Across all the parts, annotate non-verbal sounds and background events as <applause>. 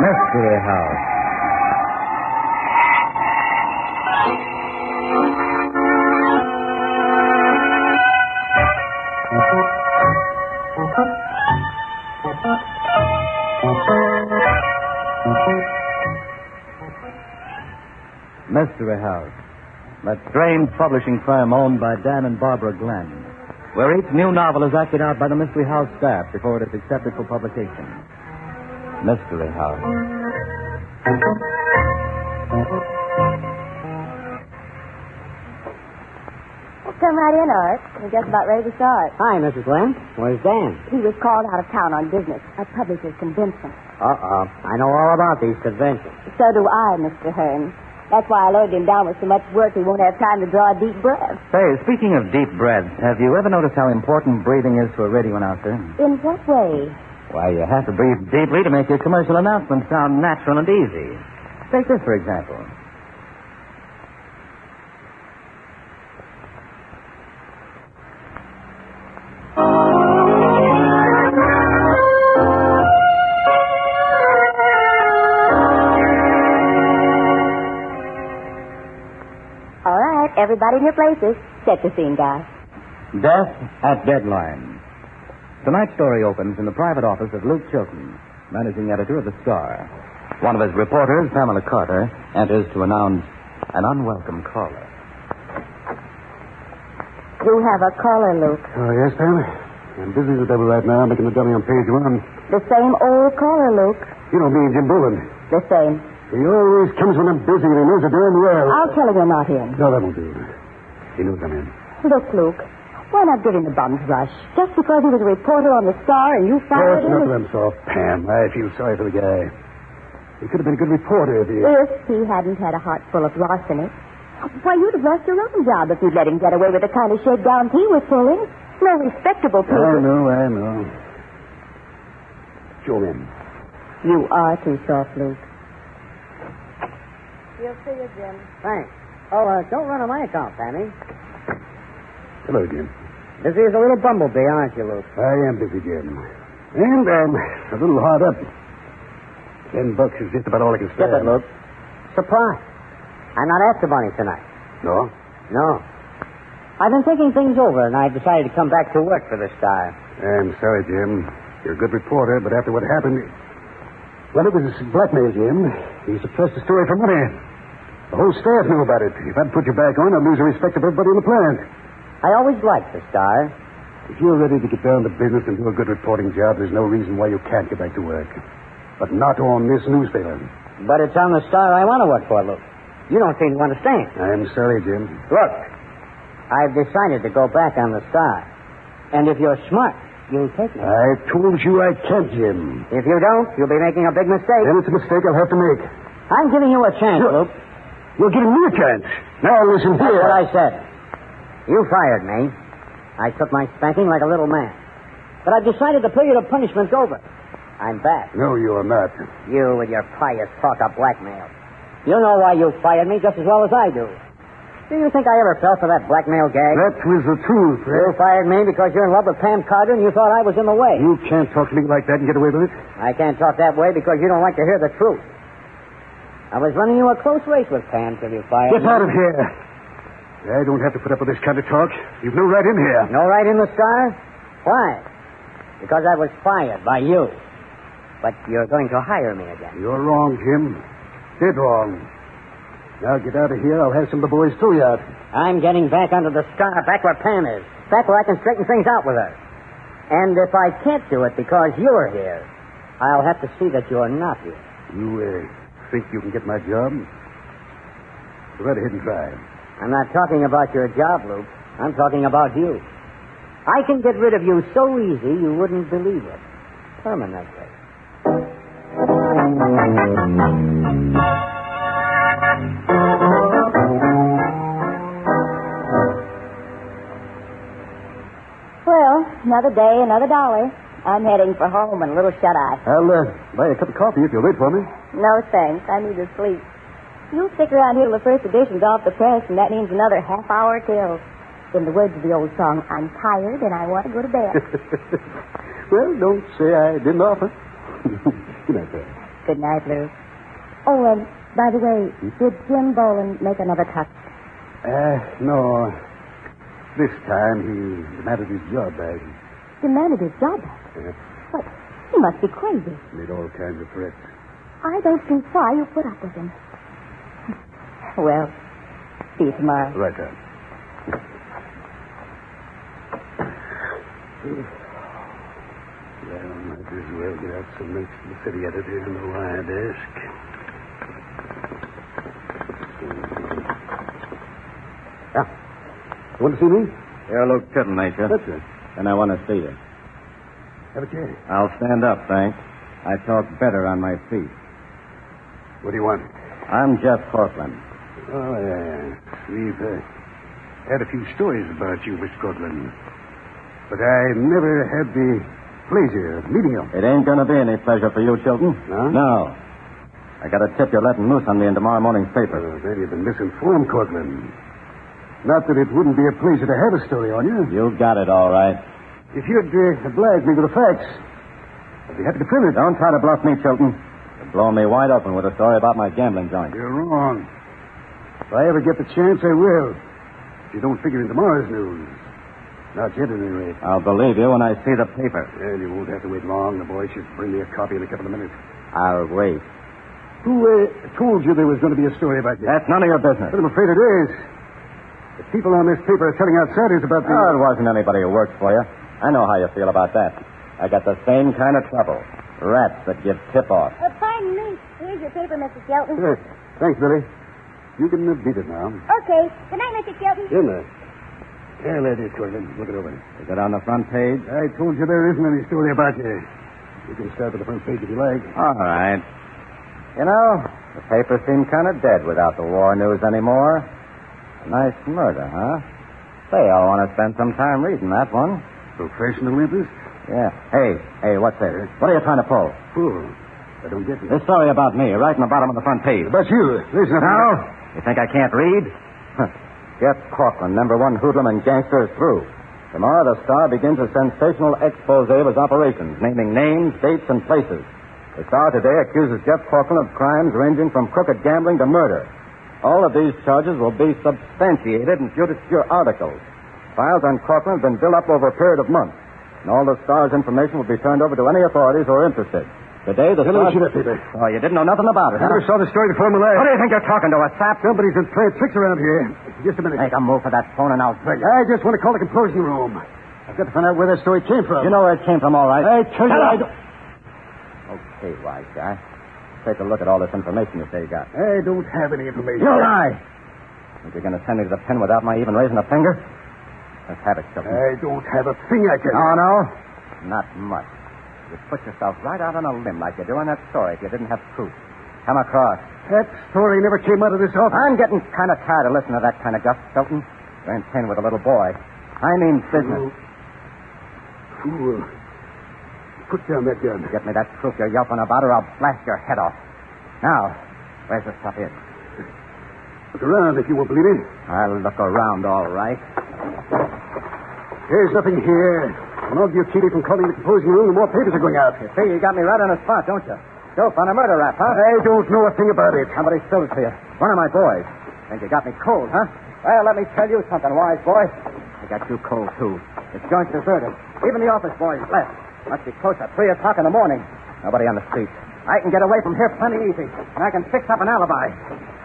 Mystery House. Mystery House. That strange publishing firm owned by Dan and Barbara Glenn, where each new novel is acted out by the Mystery House staff before it is accepted for publication. Mystery House. Come right in, Art. We're just about ready to start. Hi, Mrs. Lynn. Where's Dan? He was called out of town on business. A publisher's convention. Uh-uh. Uh-oh. I know all about these conventions. So do I, Mr. Hearn. That's why I loaded him down with so much work he won't have time to draw a deep breath. Say, speaking of deep breaths, have you ever noticed how important breathing is to a radio announcer? In what way? Why, you have to breathe deeply to make your commercial announcements sound natural and easy. Take this, for example. All right, everybody in your places. Set the scene, guys. Death at Deadline. Tonight's story opens in the private office of Luke Chilton, managing editor of The Star. One of his reporters, Pamela Carter, enters to announce an unwelcome caller. You have a caller, Luke. Oh, yes, Pam? I'm busy as a devil right now, making a dummy on page one. The same old caller, Luke. You know me, Jim Bullen. The same. He always comes when I'm busy, and he knows it damn well. I'll tell him you're not in. No, that won't do. He knows I'm in. Look, Luke, why not give him the bum's rush? Just because he was a reporter on The Star and you Oh, found it's enough of him. them soft, Pam. I feel sorry for the guy. He could have been a good reporter if he... If he hadn't had a heart full of larceny, why, you'd have lost your own job if you'd let him get away with the kind of shakedowns he was pulling. No respectable I people. know, I know. Show him. You are too soft, Luke. Thanks. Oh, uh, don't run on my account, Pammy. Hello, Jim. Busy as a little bumblebee, aren't you, Luke? I am busy, Jim. And I'm a little hard up. Ten bucks is just about all I can Skip spare. it, Luke. Surprise. I'm not after money tonight. No? No. I've been thinking things over, and I decided to come back to work for this time. I'm sorry, Jim. You're a good reporter, but after what happened. Well, it was blackmail, Jim. He suppressed the story for money. The whole staff knew about it. If I'd put you back on, I'd lose the respect of everybody in the plant. I always liked the star. If you're ready to get down to business and do a good reporting job, there's no reason why you can't get back to work. But not on this newspaper. But it's on the star I want to work for, Luke. You don't seem to understand. I'm sorry, Jim. Look, I've decided to go back on the star. And if you're smart, you'll take me. I told you I can't, Jim. If you don't, you'll be making a big mistake. Then it's a mistake I'll have to make. I'm giving you a chance, Sure. Luke. You're giving me a chance. Now listen That's here. what I said. You fired me. I took my spanking like a little man. But I've decided the period of punishment's over. I'm back. No, you are not. You with your pious talk of blackmail. You know why you fired me just as well as I do. Do you think I ever fell for that blackmail gag? That was the truth. eh? You fired me because you're in love with Pam Carter and you thought I was in the way. You can't talk to me like that and get away with it. I can't talk that way because you don't like to hear the truth. I was running you a close race with Pam till you fired Get me. out of here. I don't have to put up with this kind of talk. You've no right in here. No right in the star? Why? Because I was fired by you. But you're going to hire me again. You're wrong, Jim. Dead wrong. Now get out of here. I'll have some of the boys throw you out. I'm getting back under the star, back where Pam is, back where I can straighten things out with her. And if I can't do it because you're here, I'll have to see that you're not here. You uh, think you can get my job? Go right ahead and try. I'm not talking about your job, Luke. I'm talking about you. I can get rid of you so easy you wouldn't believe it. Permanently. Well, another day, another dollar. I'm heading for home and a little shut eye. I'll uh, buy you a cup of coffee if you'll wait <laughs> for me. No, thanks. I need to sleep. You'll stick around here till the first edition's off the press, and that means another half hour till. In the words of the old song, I'm tired and I want to go to <laughs> bed. well, don't say I didn't offer. <laughs> Good night, sir. Good night, Lou. Oh, and by the way, did Jim Boland make another cut? Uh, no. This time he demanded his job back. Demanded his job back. Yeah. What? He must be crazy. Made all kinds of threats. I don't see why you put up with him. <laughs> Well, see you tomorrow. Right, Tom. Well, might as well get out some links to the city editor on the wire desk. Ah. You want to see me? You're Lieutenant, ain't you? That's it. And I want to see you. Have a chair. I'll stand up, thanks. I talk better on my feet. What do you want? I'm Jeff Cortland. Oh, yeah. We've uh, had a few stories about you, Miss Cortland. But I never had the pleasure of meeting you. It ain't gonna be any pleasure for you, Chilton. No? No. I got a tip you're letting loose on me in tomorrow morning's paper. Well, then you've been misinformed, Cortland. Not that it wouldn't be a pleasure to have a story on you. You got it all right. If you'd uh, oblige me with the facts, I'd be happy to print it. Don't try to bluff me, Chilton. You're blowing me wide open with a story about my gambling joint. You're wrong. If I ever get the chance, I will. If you don't figure in tomorrow's news. Not yet, at any rate. I'll believe you when I see the paper. Well, you won't have to wait long. The boy should bring me a copy in a couple of minutes. I'll wait. Who uh, told you there was going to be a story about you? That's none of your But business. I'm afraid it is. The people on this paper are telling outsiders about the... Oh, it wasn't anybody who worked for you. I know how you feel about that. I got the same kind of trouble. Rats that give tip off. Uh, pardon me. Here's your paper, Mr. Skelton. Yes. Thanks, Billy. You can uh, beat it now. Okay. Good night, Mr. Skelton. In there. There, lady Corgan. Look it over. Is it on the front page? I told you there isn't any story about you. You can start with the front page if you like. All right. You know, the papers seem kind of dead without the war news anymore. Nice murder, huh? Say, I want to spend some time reading that one. Professional interest? Yeah. Hey, hey, what's this? What are you trying to pull? Fool. I don't get you. This story about me, right in the bottom of the front page. About you. There's nothing. Now, you think I can't read? Huh. Jeff Cortland, number one hoodlum and gangster, is through. Tomorrow, the Star begins a sensational expose of his operations, naming names, dates, and places. The Star today accuses Jeff Cortland of crimes ranging from crooked gambling to murder. All of these charges will be substantiated in future articles. Files on Cortland have been built up over a period of months, and all the Star's information will be turned over to any authorities who are interested. Today, the Hello, Star... Sheriff Peter. Oh, you didn't know nothing about it, huh? I never saw the story before in my What do life. you think you're talking to, a sap? Somebody's been playing tricks around here. Just a minute. Make a move for that phone and I'll drill you. I just want to call the composing room. I've got to find out where that story came from. You know where it came from, all right? I tell you, Shut I up. don't... Okay, wise guy. Take a look at all this information you say you got. I don't have any information. You lie! Think you're going to send me to the pen without my even raising a finger? Let's have it, Chilton. I don't have a thing I can... no, no. Not much. You put yourself right out on a limb like you do in that story if you didn't have proof. Come across. That story never came out of this office. I'm getting kind of tired of listening to that kind of guff, Chilton. You're in pain with a little boy. I mean business. Fool. Put down that gun. Get me that proof you're yelping about, or I'll blast your head off. Now, where's the stuff in? Look around if you won't believe it. I'll look around, all right. There's nothing here. And all of you keep me from calling the composing room, the more papers are going out. You see, you got me right on the spot, don't you? Dope on a murder rap, huh? I don't know a thing about it. Somebody stole it to you. One of my boys. Think you got me cold, huh? Well, let me tell you something, wise boy. I got you cold, too. This joint's deserted. Even the office boys left. Must be close to 3 o'clock in the morning. Nobody on the street. I can get away from here plenty easy, and I can fix up an alibi.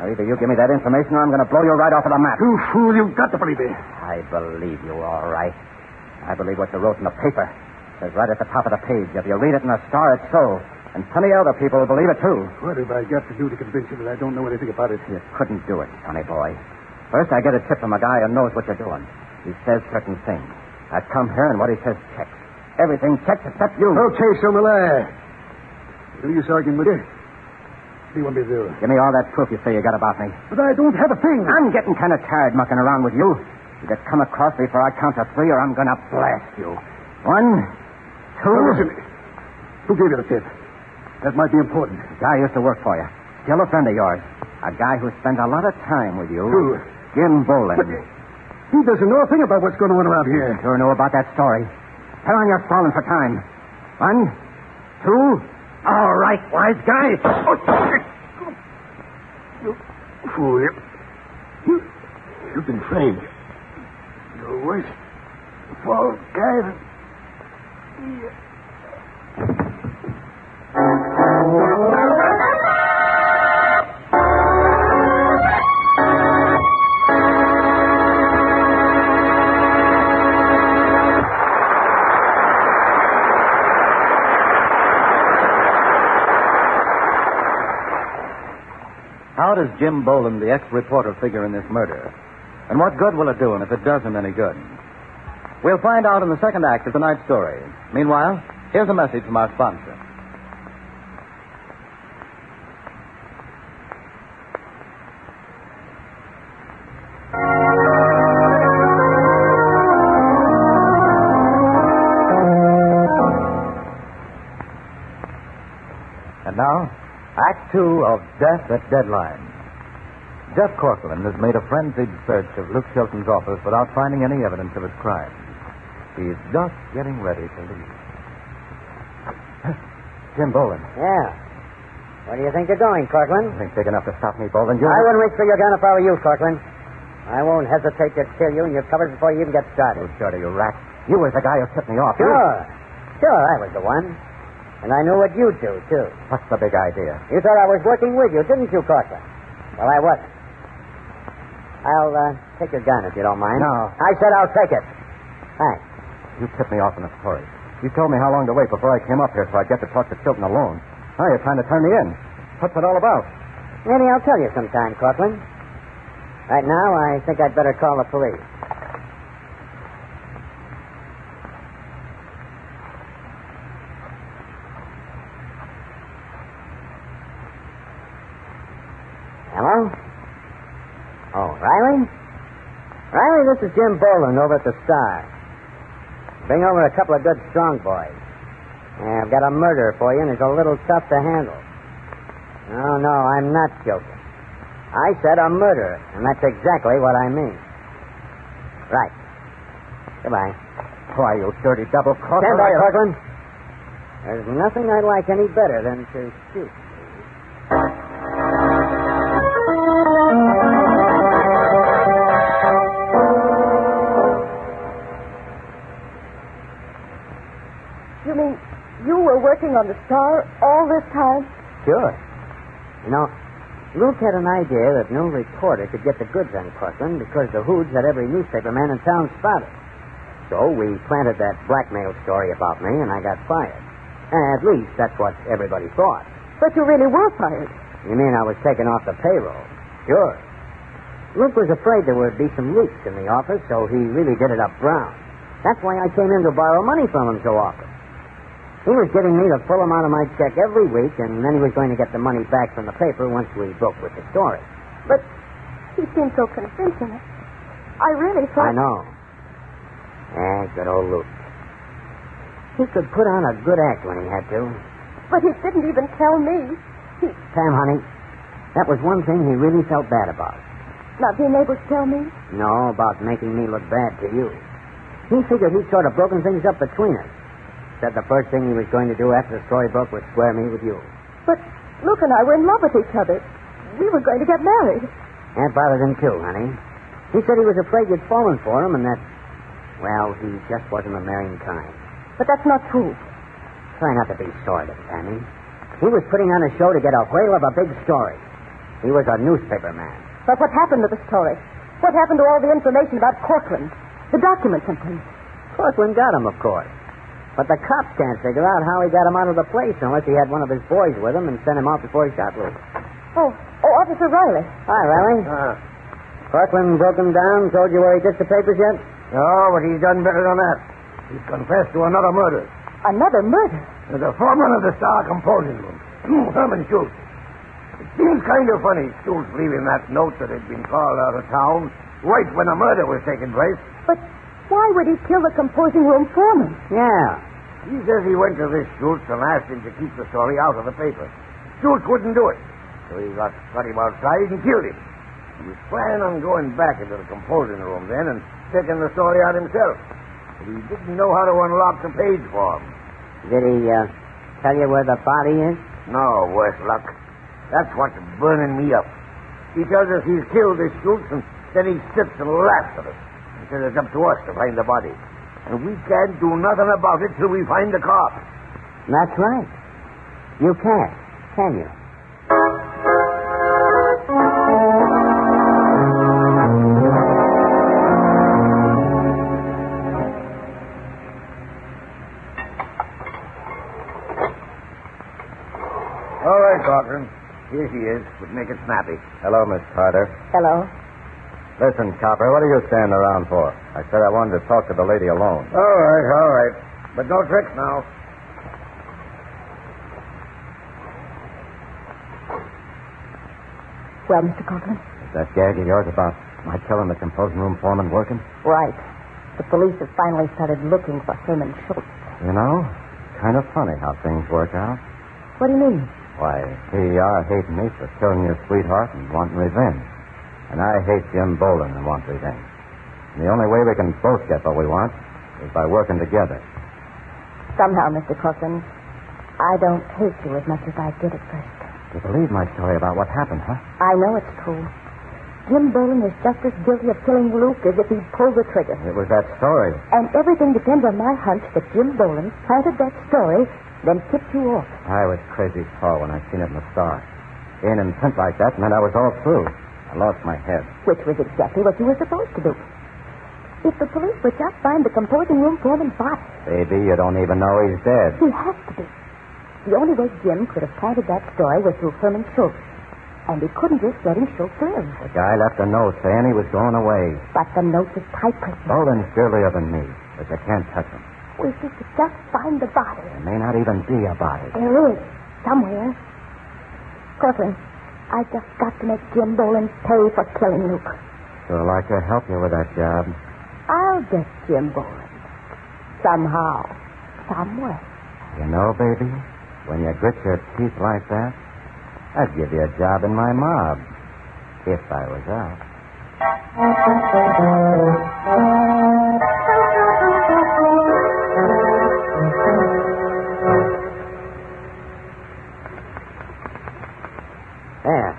Now, either you give me that information, or I'm going to blow you right off of the map. You fool, you've got to believe me. I believe you, all right. I believe what you wrote in the paper. It says right at the top of the page. If you read it in the star, it's so. And plenty other people will believe it, too. What have I got to do to convince you that I don't know anything about it? You couldn't do it, Sonny boy. First, I get a tip from a guy who knows what you're doing. He says certain things. I come here, and what he says checks. Everything checks except you. Okay, so will I. What are you arguing with you? What do you want me to do? Give me all that proof you say you got about me. But I don't have a thing. I'm getting kind of tired mucking around with you. You just come across before I count to three, or I'm going to blast you. One, two. Now, listen. Who gave you the tip? That might be important. Guy used to work for you. Still a friend of yours. A guy who spends a lot of time with you. Who? Jim Boland. But he doesn't know a thing about what's going on around here. Sure know about that story. Turn on your phone for time. One, two, All right, wise guy. Oh, You fool. You, you, you've been framed. You're worse. Fall guy than oh, How does Jim Boland, the ex-reporter, figure in this murder? And what good will it do him if it does him any good? We'll find out in the second act of tonight's story. Meanwhile, here's a message from our sponsor. And now, Act Two of Death at Deadline. Jeff Corkland has made a frenzied search of Luke Chilton's office without finding any evidence of his crime. He's just getting ready to leave. <laughs> Jim Boland. Yeah. Where do you think you're going, Corkland? Nothing big enough to stop me, Boland. You... I wouldn't reach for your gun if I were you, Corkland. I won't hesitate to kill you, and you're covered before you even get started. Oh, Shorty, you rat. You was the guy who tipped me off. You- Sure. Sure, I was the one. And I knew what you'd do, too. What's the big idea? You thought I was working with you, didn't you, Corcoran? Well, I wasn't. I'll uh, take your gun if you don't mind. No. I said I'll take it. Thanks. You tipped me off in a hurry. You told me how long to wait before I came up here so I'd get to talk to Chilton alone. Now you're trying to turn me in. What's it all about? Maybe I'll tell you sometime, Corcoran. Right now, I think I'd better call the police. Hello? Oh, Riley? Riley, this is Jim Boland over at the Star. Bring over a couple of good strong boys. Yeah, I've got a murder for you, and it's a little tough to handle. No, no, I'm not joking. I said a murderer, and that's exactly what I mean. Right. Goodbye. Why, you dirty double crosser. Stand by, Corcoran. There's nothing I like any better than to shoot. You mean you were working on the star all this time? Sure. You know, Luke had an idea that no reporter could get the goods on Corcoran because the hoods had every newspaper man in town spotted. So we planted that blackmail story about me, and I got fired. At least that's what everybody thought. But you really were fired. You mean I was taken off the payroll? Sure. Luke was afraid there would be some leaks in the office, so he really did it up brown. That's why I came in to borrow money from him so often. He was giving me the full amount of my check every week, and then he was going to get the money back from the paper once we broke with the story. But he seemed so convincing. I really I thought. know. Yeah, good old Luke. He could put on a good act when he had to. But he didn't even tell me. He Sam, honey, that was one thing he really felt bad about. not being able to tell me. No, about making me look bad to you. He figured he'd sort of broken things up between us. Said the first thing he was going to do after the story broke was square me with you. But Luke and I were in love with each other. We were going to get married. That bothered him too, honey. He said he was afraid you'd fallen for him and that, well, he just wasn't the marrying kind. But that's not true. Try not to be sordid, Sammy. He was putting on a show to get a whale of a big story. He was a newspaper man. But what happened to the story? What happened to all the information about Corcoran? The documents and things. Corcoran got him, of course. But the cops can't figure out how he got him out of the place unless he had one of his boys with him and sent him out before he shot Luke. Oh, oh, Officer Riley. Hi, Riley. Corcoran Uh, broke him down, told you where he ditched the papers yet? No, Oh, but he's done better than that. He's confessed to another murder. Another murder. The foreman of the Star Composing Room, Herman Schultz. It seems kind of funny, Schultz leaving that note that he'd been called out of town right when the murder was taking place. But why would he kill the composing room foreman? Yeah. He says he went to this Schultz and asked him to keep the story out of the paper. Schultz wouldn't do it, so he got got him outside and killed him. He was planning on going back into the composing room then and taking the story out himself. But he didn't know how to unlock the page for him. Did he uh, Tell you where the body is? No, worse luck. That's what's burning me up. He tells us he's killed the Schultz, and then he sits and laughs at us. He says it's up to us to find the body. And we can't do nothing about it till we find the corpse. That's right. You can't, can you? All right, Cochran. Here she is, but make it snappy. Hello, Miss Carter. Hello. Listen, Copper, what are you standing around for? I said I wanted to talk to the lady alone. All right, all right. But no tricks now. Well, Mr. Copeland? Is that gag of yours about my killing the composing room foreman working? Right. The police have finally started looking for Herman Schultz. You know, kind of funny how things work out. What do you mean? Why, here you are hating me for killing your sweetheart and wanting revenge. And I hate Jim Bolden and want revenge. And the only way we can both get what we want is by working together. Somehow, Mr. Copeland, I don't hate you as much as I did at first. You believe my story about what happened, huh? I know it's true. Jim Bolin is just as guilty of killing Luke as if he'd pulled the trigger. It was that story. And everything depends on my hunch that Jim Bolin planted that story, then tipped you off. I was crazy tall when I seen it in the star. Being intent like that meant I was all through. I lost my head. which was exactly what you were supposed to do. If the police would just find the composing room foreman's body, Baby, you don't even know he's dead. he has to be. The only way Jim could have planted that story was through Herman Schultz. And he couldn't just let him Schultz live. The guy left a note saying he was going away. But the note was typewritten. Bolden's dirtier than me, but you can't touch him. If we could just find the body. There may not even be a body. There is, somewhere. Cortland, I just got to make Jim Boland pay for killing Luke. Sure like to help you with that job. I'll get Jim Boland. Somehow. Somewhere. You know, baby, when you grit your teeth like that, I'd give you a job in my mob. If I was out. There.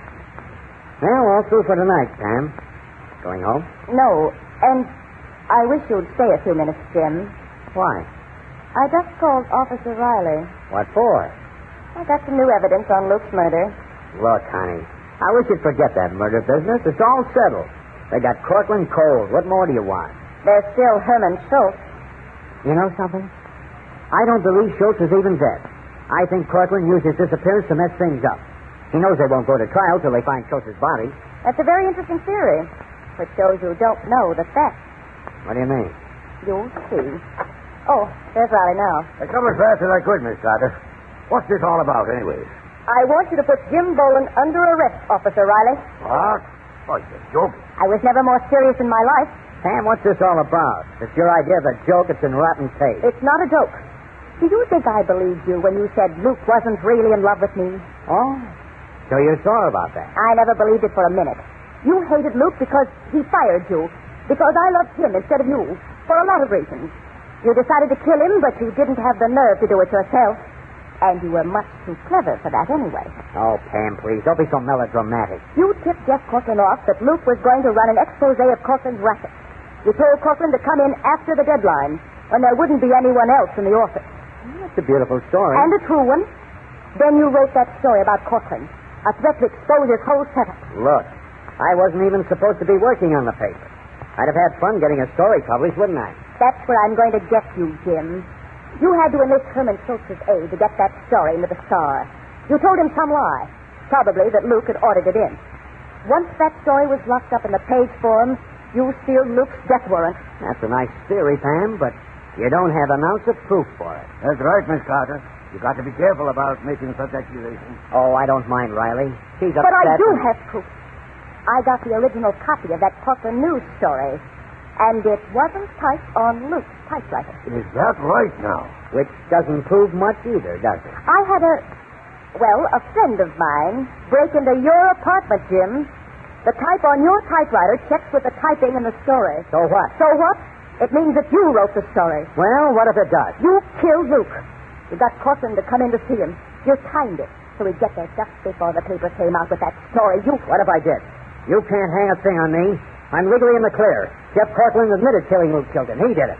Well, all through for tonight, Sam. Going home? No, and I wish you'd stay a few minutes, Jim. Why? I just called Officer Riley. What for? I got some new evidence on Luke's murder. Look, honey, I wish you'd forget that murder business. It's all settled. They got Cortland cold. What more do you want? There's still Herman Schultz. You know something? I don't believe Schultz is even dead. I think Cortland used his disappearance to mess things up. He knows they won't go to trial till they find Schultz's body. That's a very interesting theory, which shows you don't know the facts. What do you mean? You'll see. Oh, there's Riley now. I come as fast as I could, Miss Carter. What's this all about, anyways? I want you to put Jim Boland under arrest, Officer Riley. What? Oh, you're joking. I was never more serious in my life. Sam, what's this all about? If it's your idea of a joke, it's in rotten taste. It's not a joke. Do you think I believed you when you said Luke wasn't really in love with me? Oh? So you're sore about that? I never believed it for a minute. You hated Luke because he fired you. Because I loved him instead of you. For a lot of reasons. You decided to kill him, but you didn't have the nerve to do it yourself. And you were much too clever for that anyway. Oh, Pam, please, don't be so melodramatic. You tipped Jeff Cortland off that Luke was going to run an expose of Cortland's racket. You told Cortland to come in after the deadline, when there wouldn't be anyone else in the office. It's a beautiful story. And a true one. Then you wrote that story about Cortland. A threat to expose his whole setup. Look, I wasn't even supposed to be working on the paper. I'd have had fun getting a story published, wouldn't I? That's where I'm going to get you, Jim. You had to enlist Herman Schultz's aid to get that story into the Star. You told him some lie, probably that Luke had ordered it in. Once that story was locked up in the page form, you sealed Luke's death warrant. That's a nice theory, Pam, but you don't have an ounce of proof for it. That's right, Miss Carter. You got to be careful about making such accusations. Oh, I don't mind Riley. She's upset. But I do and- have proof. I got the original copy of that Corcoran news story, and it wasn't typed on Luke's typewriter. Is that right now? Which doesn't prove much either, does it? I had a, well, a friend of mine break into your apartment, Jim. The type on your typewriter checks with the typing in the story. So what? So what? It means that you wrote the story. Well, what if it does? You killed Luke. You got Corcoran to come in to see him. You timed it so he'd get there just before the paper came out with that story. You. What if I did? You can't hang a thing on me. I'm legally in the clear. Jeff Cortland admitted killing little children. He did it.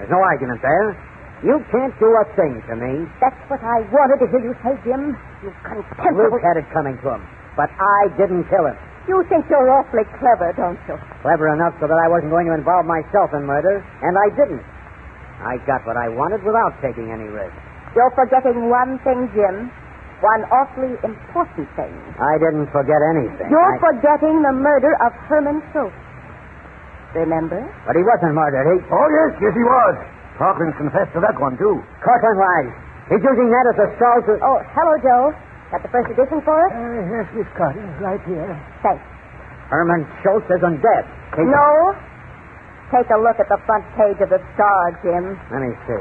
There's no argument there. You can't do a thing to me. That's what I wanted to hear you say, Jim. You contemptible. Luke uh, had it coming to him, but I didn't kill him. You think you're awfully clever, don't you? Clever enough so that I wasn't going to involve myself in murder, and I didn't. I got what I wanted without taking any risk. You're forgetting one thing, Jim. One awfully important thing. I didn't forget anything. You're I- forgetting the murder of Herman Schultz. Remember? But he wasn't murdered. He Oh, yes, yes, he was. Parkland confessed to that one, too. Cortland lies. He's using that as a stall to. Oh, hello, Joe. Got the first edition for us? Uh, yes, Miss Carter, right here. Thanks. Herman Schultz isn't dead. He's- No? Take a look at the front page of the Star, Jim. Let me see.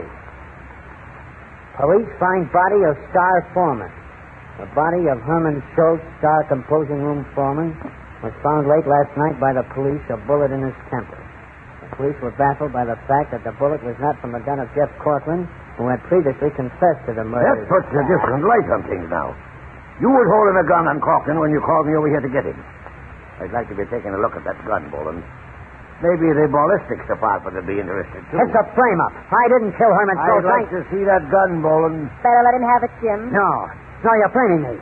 Police find body of star foreman. The body of Herman Schultz, star composing room foreman, was found late last night by the police, a bullet in his temple. The police were baffled by the fact that the bullet was not from the gun of Jeff Cortland, who had previously confessed to That the murder. puts a different light on things now. You was holding a gun on Corcoran when you called me over here to get him. I'd like to be taking a look at that gun, Boland. Maybe the ballistics department would be interested, too. It's a frame-up. I didn't kill Herman I'd Schultz. I- like to see that gun, Boland. Better let him have it, Jim. No. No, you're blaming me.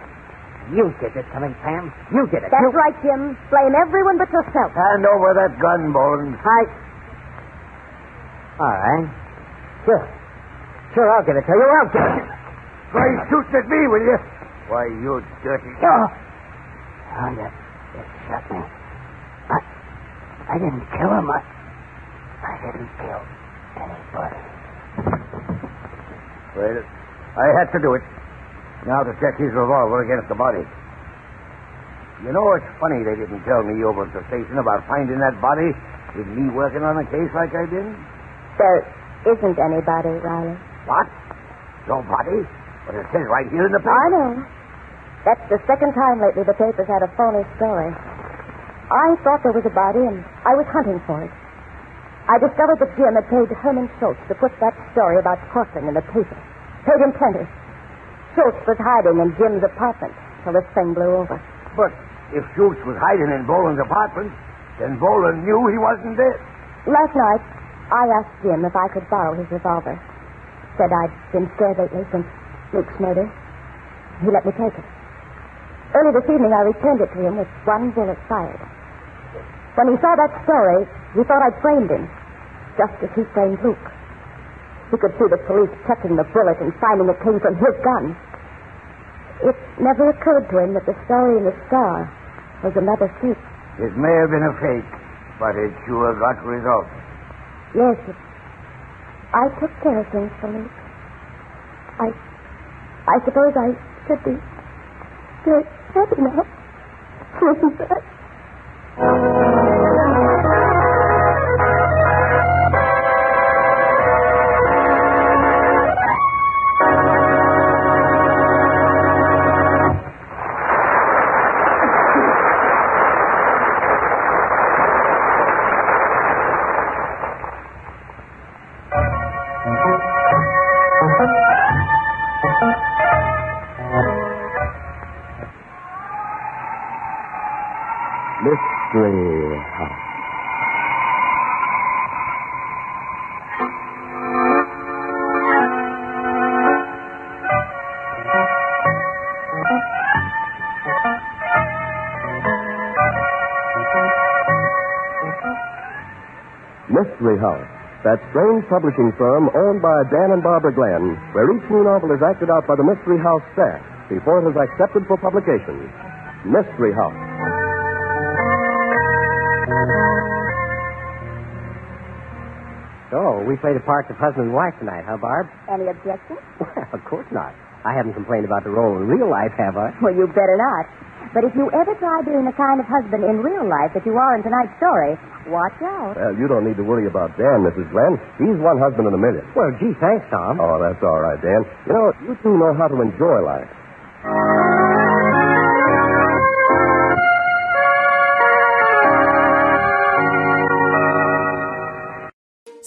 You did this coming, Pam. You did it. That's you... right, Jim. Blame everyone but yourself. Hand over that gun, Boland. I. All right. Sure. Sure, I'll give it to you. I'll give it. Try shooting at me, will you? Why, you dirty... Sure. Oh, you, you shot me. I, I didn't kill him. I, I didn't kill anybody. Well, I had to do it. Now to check his revolver against the body. You know, it's funny they didn't tell me over at the station about finding that body with me working on a case like I did. There isn't anybody, Riley. What? No body? But it says right here in the I paper. know. That's the second time lately the papers had a phony story. I thought there was a body, and I was hunting for it. I discovered that Jim had paid Herman Schultz to put that story about Corcoran in the paper. Paid him plenty. Schultz was hiding in Jim's apartment till this thing blew over. But if Schultz was hiding in Boland's apartment, then Boland knew he wasn't dead. Last night, I asked Jim if I could borrow his revolver. Said I'd been scared lately since Luke's murder. He let me take it. Early this evening, I returned it to him with one bullet fired. When he saw that story, he thought I'd framed him, just as he framed Luke. He could see the police checking the bullet and finding it came from his gun. It never occurred to him that the story in the star was another fake. It may have been a fake, but it sure got results. Yes. it- I took care of things for Luke. I I suppose I should be very happy now. Isn't that? Mystery House. Mystery House, that strange publishing firm owned by Dan and Barbara Glenn, where each new novel is acted out by the Mystery House staff before it is accepted for publication. Mystery House. So, Oh, we played the parts of husband and wife tonight, huh, Barb? <laughs> Any objection? Well, of course not. I haven't complained about the role in real life, have I? Well, you better not. But if you ever try being the kind of husband in real life that you are in tonight's story, watch out. Well, you don't need to worry about Dan, Mrs. Glenn. He's one husband in a million. Well, gee, thanks, Tom. Oh, that's all right, Dan. You know, you two know how to enjoy life.